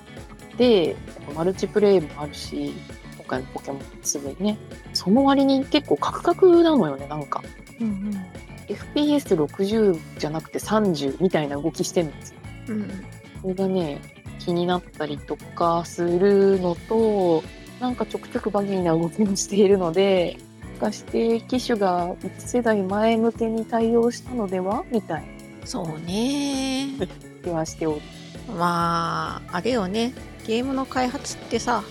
S2: で、マルチプレイもあるし、今回のポケモンすごいね。その割に結構カクカクなのよね、なんか。
S1: うん
S2: FPS60 じゃなくて30みたいな動きしてるんですよ。
S1: うんうん
S2: それがね、気になったりとかするのと、なんかちょくちょくバギーな動きもしているので、もしかして機種が1世代前向けに対応したのではみたい
S1: そうね
S2: な気はしておる。
S1: まああれよねゲームの開発ってさ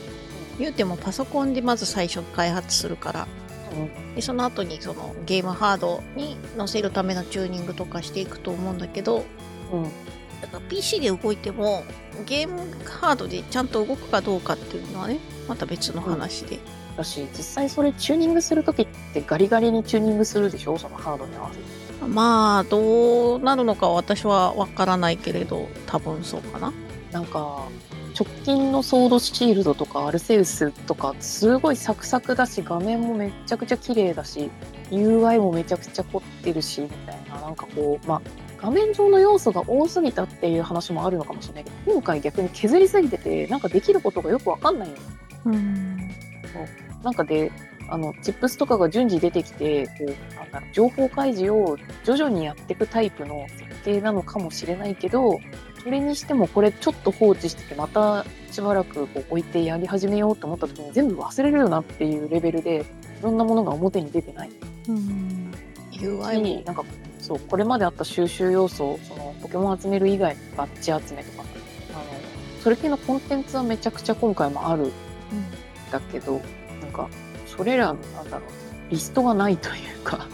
S1: 言うてもパソコンでまず最初開発するから
S2: うん
S1: でその後にそのゲームハードに載せるためのチューニングとかしていくと思うんだけど
S2: うん
S1: だから PC で動いてもゲームハードでちゃんと動くかどうかっていうのはねまた別の話で、
S2: だし実際それチューニングする時ってガリガリにチューニングするでしょそのハードに合わせて
S1: まあどうなるのかは私は分からないけれど多分そうかな
S2: なんか直近のソードシールドとかアルセウスとかすごいサクサクだし画面もめちゃくちゃ綺麗だし UI もめちゃくちゃ凝ってるしみたいななんかこうまあ画面上の要素が多すぎたっていう話もあるのかもしれないけど今回逆に削りすぎててなんかできることがよくわかんないのよ
S1: うん
S2: なんかで、あの、チップスとかが順次出てきて、こう、なんだろう情報開示を徐々にやっていくタイプの設定なのかもしれないけど、それにしてもこれちょっと放置してて、またしばらくこう置いてやり始めようと思った時に全部忘れるよなっていうレベルで、いろんなものが表に出てない。
S1: うん。UI も
S2: になんかそうこれまであった収集要素そのポケモン集める以外のバッジ集めとかあのそれ系のコンテンツはめちゃくちゃ今回もあるんだけど、なんかそれらのなんだろうリストがないというか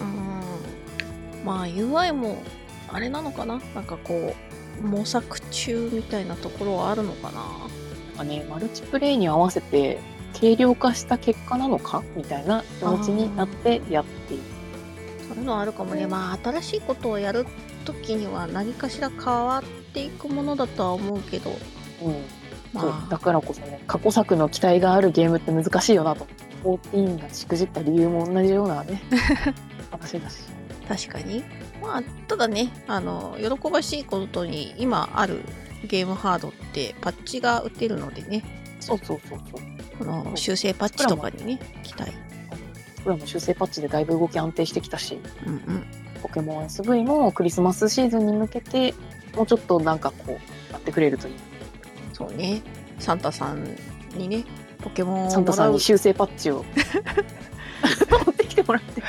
S1: うんまあ UI もあれなのかななんかこう模索中みたいなところはあるのかな
S2: なんかねマルチプレイに合わせて軽量化した結果なのかみたいな気持ちになってやっている。
S1: そういうのはあるかもね、まあ新しいことをやるときには何かしら変わっていくものだとは思うけど
S2: うんそう
S1: ま
S2: だ
S1: あ
S2: からこそね過去作の期待があるゲームって難しいよなと14がしくじった理由も同じよう なね話だ
S1: 確
S2: し
S1: かにまあただねあの喜ばしいことに今あるゲームハードってパッチが打てるのでね
S2: そうそうそうそう
S1: この修正パッチとかにね期待
S2: これも修正パッチでだいぶ動き安定してきたし
S1: うんうん
S2: ポケモン SV もクリスマスシーズンに向けてもうちょっとなんかこうやってくれるといい
S1: そうねサンタさんにねポケモン
S2: サ
S1: を
S2: ンタ
S1: も
S2: さ
S1: ら
S2: ん
S1: う
S2: に修正パッチを持ってきてもらって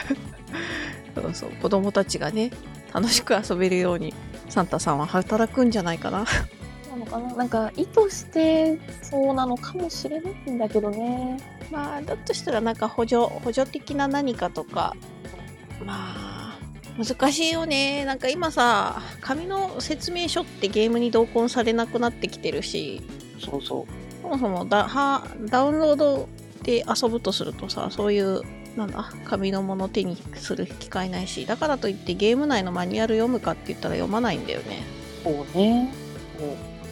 S1: そうそう子供たちがね楽しく遊べるようにサンタさんは働くんじゃないかな
S2: なのかななんか意図してそうなのかもしれないんだけどね
S1: まあだとしたらなんか補助補助的な何かとかまあ難しいよねなんか今さ紙の説明書ってゲームに同梱されなくなってきてるし
S2: そうそ
S1: そもそもダはダウンロードで遊ぶとするとさそういうなんだ紙のものを手にする機会ないしだからといってゲーム内のマニュアル読むかって言ったら読まないんだよね
S2: うそうねもう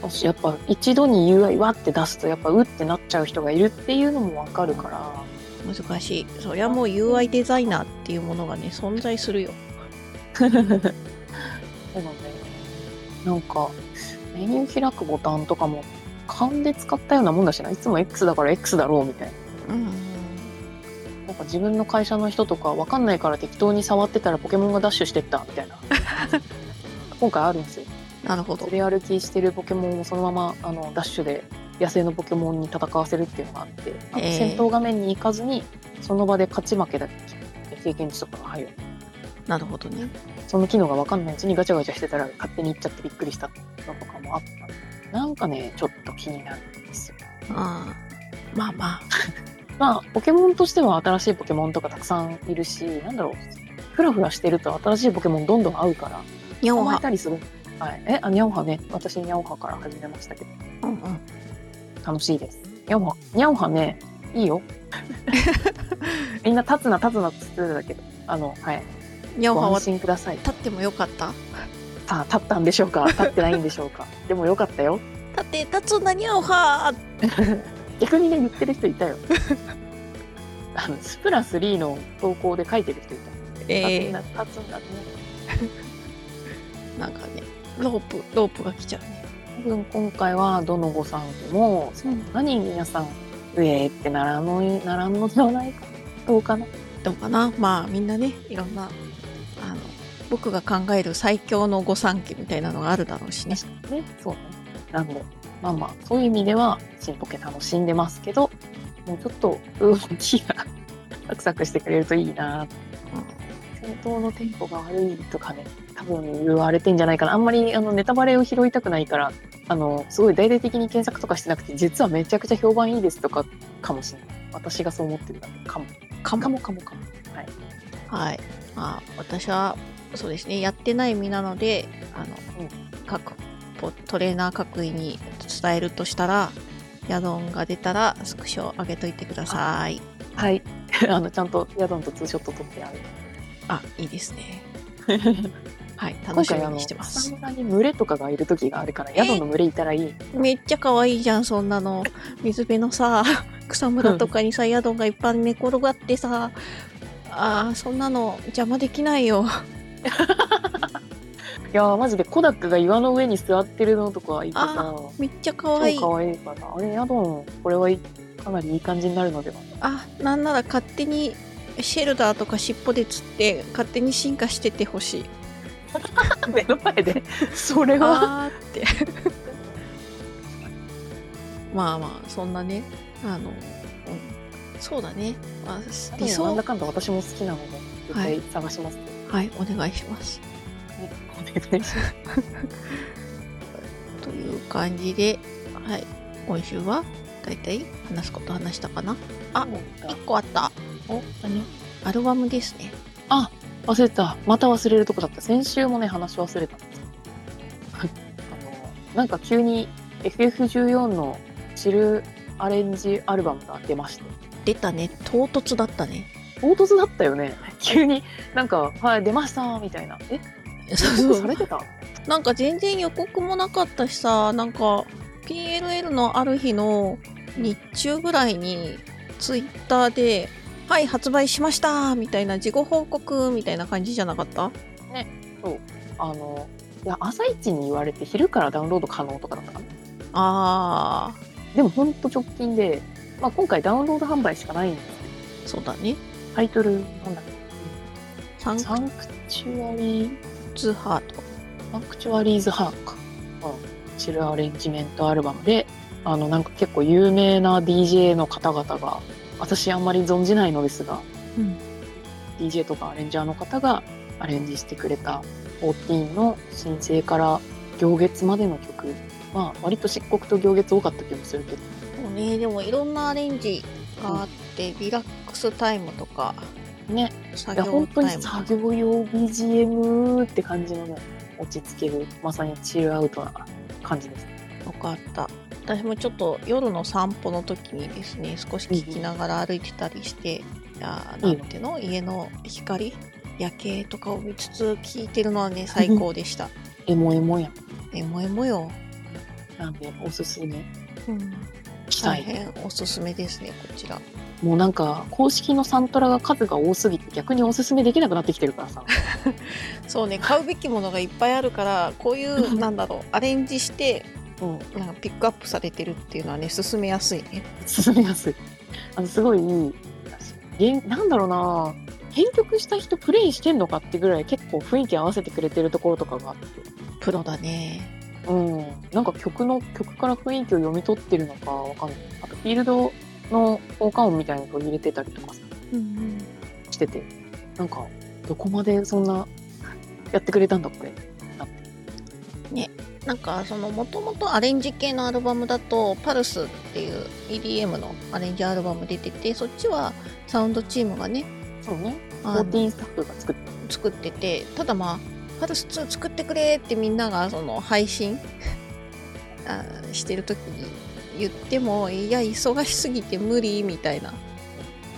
S2: もしやっぱ一度に UI わって出すとやっぱうってなっちゃう人がいるっていうのもわかるから
S1: 難しいそりゃもう UI デザイナーっていうものがね存在するよ
S2: そうなんだよね。なんか、メニュー開くボタンとかも、勘で使ったようなもんだしな。いつも X だから X だろうみたいな。
S1: うん
S2: なんか自分の会社の人とか、わかんないから適当に触ってたらポケモンがダッシュしてったみた いな。今回あるんですよ。
S1: なるほど
S2: 連れ歩きしてるポケモンをそのままあのダッシュで野生のポケモンに戦わせるっていうのがあって、あの
S1: へー
S2: 戦闘画面に行かずに、その場で勝ち負けだけ経験値とかが入る。
S1: なるほどね
S2: その機能が分かんないうちにガチャガチャしてたら勝手に行っちゃってびっくりしたのとかもあったんでなんかねちょっと気になるんですよ
S1: ああまあまあ
S2: まあポケモンとしては新しいポケモンとかたくさんいるしなんだろうフラフラしてると新しいポケモンどんどん合うから
S1: ニャオ
S2: 捕まえ
S1: ハ
S2: たりするはいえあニャオハね私ニャオハから始めましたけど
S1: うんうん
S2: 楽しいですニャオハニャオハねい いよみんな立つな立つなって言ってたんだけどあのはい
S1: ニャオ
S2: ご
S1: ハは
S2: 安
S1: 立
S2: 心ください
S1: ってもよかった
S2: さあ立ったんでしょうか立ってないんでしょうか でもよかったよ
S1: 立って立つんだニャオハ
S2: 逆にね言ってる人 いたよあのスプラ3の投稿で書いてる人いた立つん
S1: え
S2: だ立つんだってね
S1: ー、なんかねロープロープが来ちゃうね
S2: 多分今回はどのご参家もそんなに皆さんうえーってならんのいならんのではないかどうかな
S1: どうかなまあみんなねいろんなあの僕が考える最強の御三家みたいなのがあるだろうしね
S2: ねそうねなんでまあまあそういう意味では新ポケ楽しんでますけどもうちょっと動きがサクサクしてくれるといいな戦闘のテンポが悪いとかね多分言われてんじゃないかなあんまりあのネタバレを拾いたくないからあのすごい大々的に検索とかしてなくて実はめちゃくちゃ評判いいですとかかもしれない私がそう思ってるだけかも
S1: か
S2: か
S1: も
S2: もかもかもはい
S1: はいまあ私はそうですねやってない身なのであの、各ポトレーナー各位に伝えるとしたらヤドンが出たらスクショ上げといてください
S2: はい あのちゃんとヤドンとツーショット撮ってある
S1: あいいです ねはい楽
S2: 今
S1: し
S2: 回
S1: み
S2: あの
S1: にしてます
S2: 草むらに群れとかがいる時があるからヤドンの群れいたらいい
S1: めっちゃ可愛いじゃんそんなの水辺のさ 草むらとかにさヤドンがいっぱい寝転がってさあーそんなの邪魔できないよ
S2: いやーマジでコダックが岩の上に座ってるのとかいてさ
S1: あめっちゃ可愛い
S2: 超可愛いからあれヤドンこれはいかなりいい感じになるのでは
S1: あなんなら勝手にシェルダーとか尻尾で釣って勝手に進化しててほしい
S2: 目の前で それは
S1: あーって まあまあそんなねあの、うんそうだね、まあ、理
S2: でもなん
S1: 想
S2: だかんだ私も好きなので絶
S1: はい
S2: 対探します、
S1: はいお願いします
S2: お願いします
S1: という感じではい今週はだいたい話すこと話したかなあ1個あった
S2: お何
S1: アルバムですね
S2: 忘れたまた忘れるとこだった先週もね話忘れたん ですあのなんか急に FF14 のチルアレンジアルバムが出まして
S1: 出たね唐突だったね
S2: 唐突だったよね急になんか「はい出ました」みたいな「え
S1: そう
S2: されてた?」
S1: なんか全然予告もなかったしさなんか PLL のある日の日中ぐらいにツイッターで「はい発売しました」みたいな事後報告みたいな感じじゃなかった
S2: あのいや朝一に言われて昼からダウンロード可能とかだったかな
S1: あ
S2: でもほんと直近で、まあ、今回ダウンロード販売しかないんですけど
S1: ーそうだね
S2: タイトルなんだっけ
S1: サン
S2: サンクチュアリー
S1: ツハート
S2: サンクチュアリーズハークのチルアレンジメントアルバムであのなんか結構有名な DJ の方々が私あんまり存じないのですが、
S1: うん
S2: DJ とかアレンジャーの方がアレンジしてくれた14の申請から行月までの曲まあ割と漆黒と行月多かった気もするけど
S1: そうねでもいろんなアレンジがあって、リラックスタイムとか
S2: ねい
S1: 作
S2: や
S1: 業
S2: 本当に
S1: タイム
S2: 作業用 BGM って感じのね落ち着けるまさにチルアウトな感じです
S1: よかった私もちょっと夜の散歩の時にですね少し聞きながら歩いてたりして、いやー
S2: いい
S1: な
S2: よ
S1: んていうの家の光夜景とかを見つつ聞いてるのはね最高でした
S2: エモエモやん
S1: エモエモよ、
S2: なんでおすすめ
S1: うん、
S2: した
S1: 大
S2: い、
S1: 変おすすめですねこちら
S2: もうなんか公式のサントラが数が多すぎて逆におすすめできなくなってきてるからさ
S1: そうね買うべきものがいっぱいあるからこういうなんだろうアレンジして
S2: うん
S1: なんかピックアップされてるっていうのはね進めやすいね
S2: 進みやすいあのすごいいい原なんだろうな編曲した人プレイしてんのかってぐらい結構雰囲気合わせてくれてるところとかがあって
S1: プロだね
S2: うん、なんか曲の曲から雰囲気を読み取ってるのかわかんないあとフィールドの効果音みたいなのを入れてたりとかさ
S1: うんうん
S2: しててなんかどこまでそんなやってくれたんだこれなって
S1: なんかそのもともとアレンジ系のアルバムだと「パルスっていう EDM のアレンジアルバム出ててそっちはサウンドチームがね
S2: そうね
S1: あの
S2: 14スタッフが作って
S1: 作っててただまあ「パルス2作ってくれ」ってみんながその配信 あしてる時に言っても「いや忙しすぎて無理」みたいな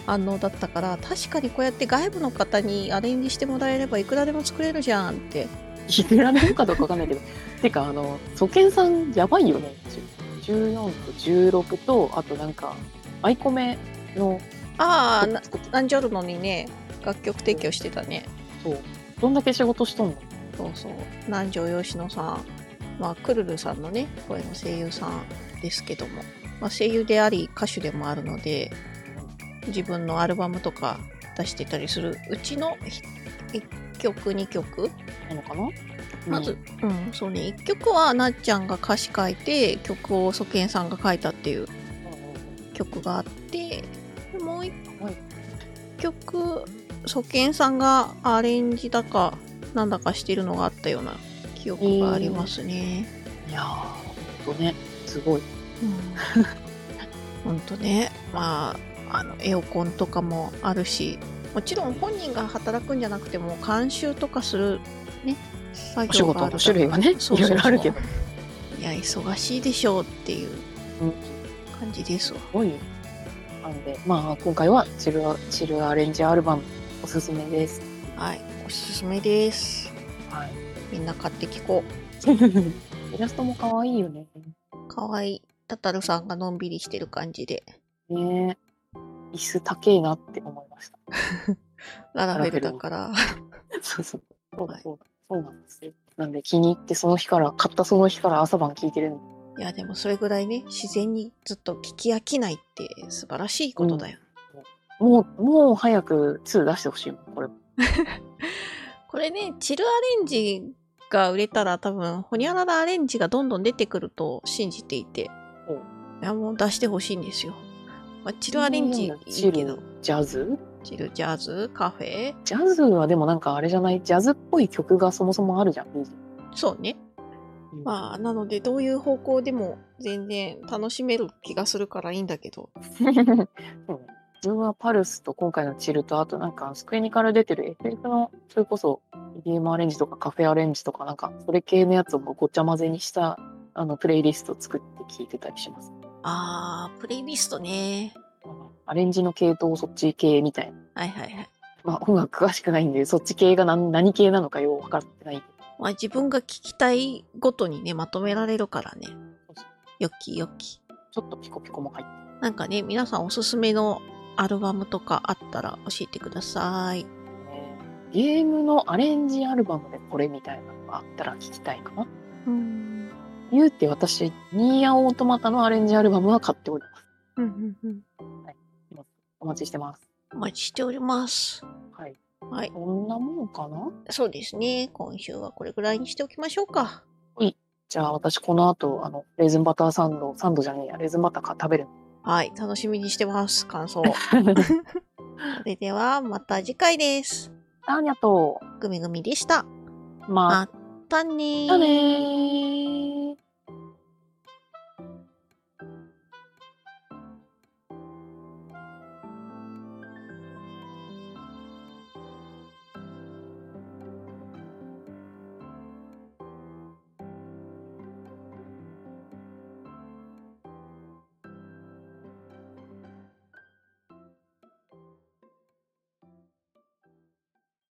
S1: 反応だったから確かにこうやって外部の方にアレンジしてもらえればいくらでも作れるじゃんって
S2: いくらでもかどうかわかんな いけどてかあの初見さんやばいよね14と16とあとなんかアイコメの
S1: ああな
S2: 作って
S1: 何ジョルノにね楽曲提供してたね
S2: そうどんだけ仕事しとんの
S1: そうそう南條佳乃さん、まあ、くるるさんのね声の声優さんですけども、まあ、声優であり歌手でもあるので自分のアルバムとか出してたりするうちの1曲2曲
S2: なのかな
S1: まず、うんそうね1曲はなっちゃんが歌詞書いて曲を祖健さんが書いたっていう
S2: う
S1: 曲があってでもう一
S2: んうんうん
S1: 曲祖健さんがアレンジだかなんだかしてるのがあったような記憶がありますね。
S2: いやー、ほんとね、すごい。
S1: 本当ねまああのエオコンとかもあるしもちろん本人が働くんじゃなくても監修とかするね作
S2: お仕
S1: 業が
S2: 事
S1: ある
S2: の種類はね、い
S1: そうそう
S2: ろいろあるけど。
S1: いや忙しいでしょうっていう
S2: うん、す
S1: 感じですわ
S2: ごいよ。なんで、まあ、今回はチルア、チルアレンジアルバム、おすすめです。
S1: はいおすすめです
S2: はい。
S1: みんな買って聞こ
S2: イラストも可愛いよね。
S1: うかわいいタタルさんがのんびりしてる感じで
S2: ねえ椅子高えなって思いました。
S1: ララフェルだから
S2: そうそう。そうだ、そうだ。そうなんですよ。なんで、気に入ってその日から、買ったその日から朝晩聞いてるの。
S1: いやでもそれぐらいね自然にずっと聞き飽きないって素晴らしいことだよ、
S2: もう、もう早く2出してほしいもん、これ。
S1: これね、チルアレンジが売れたら多分、ホニャララアレンジがどんどん出てくると信じていて、いやもう出してほしいんですよ。まあ、チルアレンジいいけど
S2: チル、ジャズ
S1: チルジャズ、カフェ、
S2: ジャズはでもなんかあれじゃないジャズっぽい曲がそもそもあるじゃん。
S1: そうね。まあ、なので、どういう方向でも全然楽しめる気がするからいいんだけど。
S2: そうね自分はパルスと今回のチルとあとなんかスクエニから出てる FF のそれこそ EDM アレンジとかカフェアレンジとかなんかそれ系のやつをごちゃ混ぜにしたあのプレイリストを作って聴いてたりします。
S1: あー、プレイリストね。
S2: アレンジの系統そっち系みたいな。
S1: はいはいはい。
S2: まあ音楽詳しくないんでそっち系が何何系なのかよう分かってない。
S1: まあ、自分が聞きたいごとにね、まとめられるからね。よきよき。
S2: ちょっとピコピコも入って
S1: なんかね、皆さんおすすめのアルバムとかあったら教えてください。
S2: るね。ゲームのアレンジアルバムでこれみたいなのがあったら聞きたいかな。
S1: うん。
S2: 言うて私、ニーヤオートマタのアレンジアルバムは買っております。
S1: うんうんうん。
S2: お待ちしてます。
S1: お待ちしております。
S2: はい。
S1: はい。
S2: こんなもんかな
S1: そうですね。今週はこれぐらいにしておきましょうか。
S2: じゃあ私この後、あの、レーズンバターサンド、サンドじゃねえや、レーズンバターか食べる。
S1: はい。楽しみにしてます。感 想。それでは、また次回です。
S2: あーにゃと、
S1: グミグミでした。
S2: まあ、
S1: またねー
S2: じゃあねー。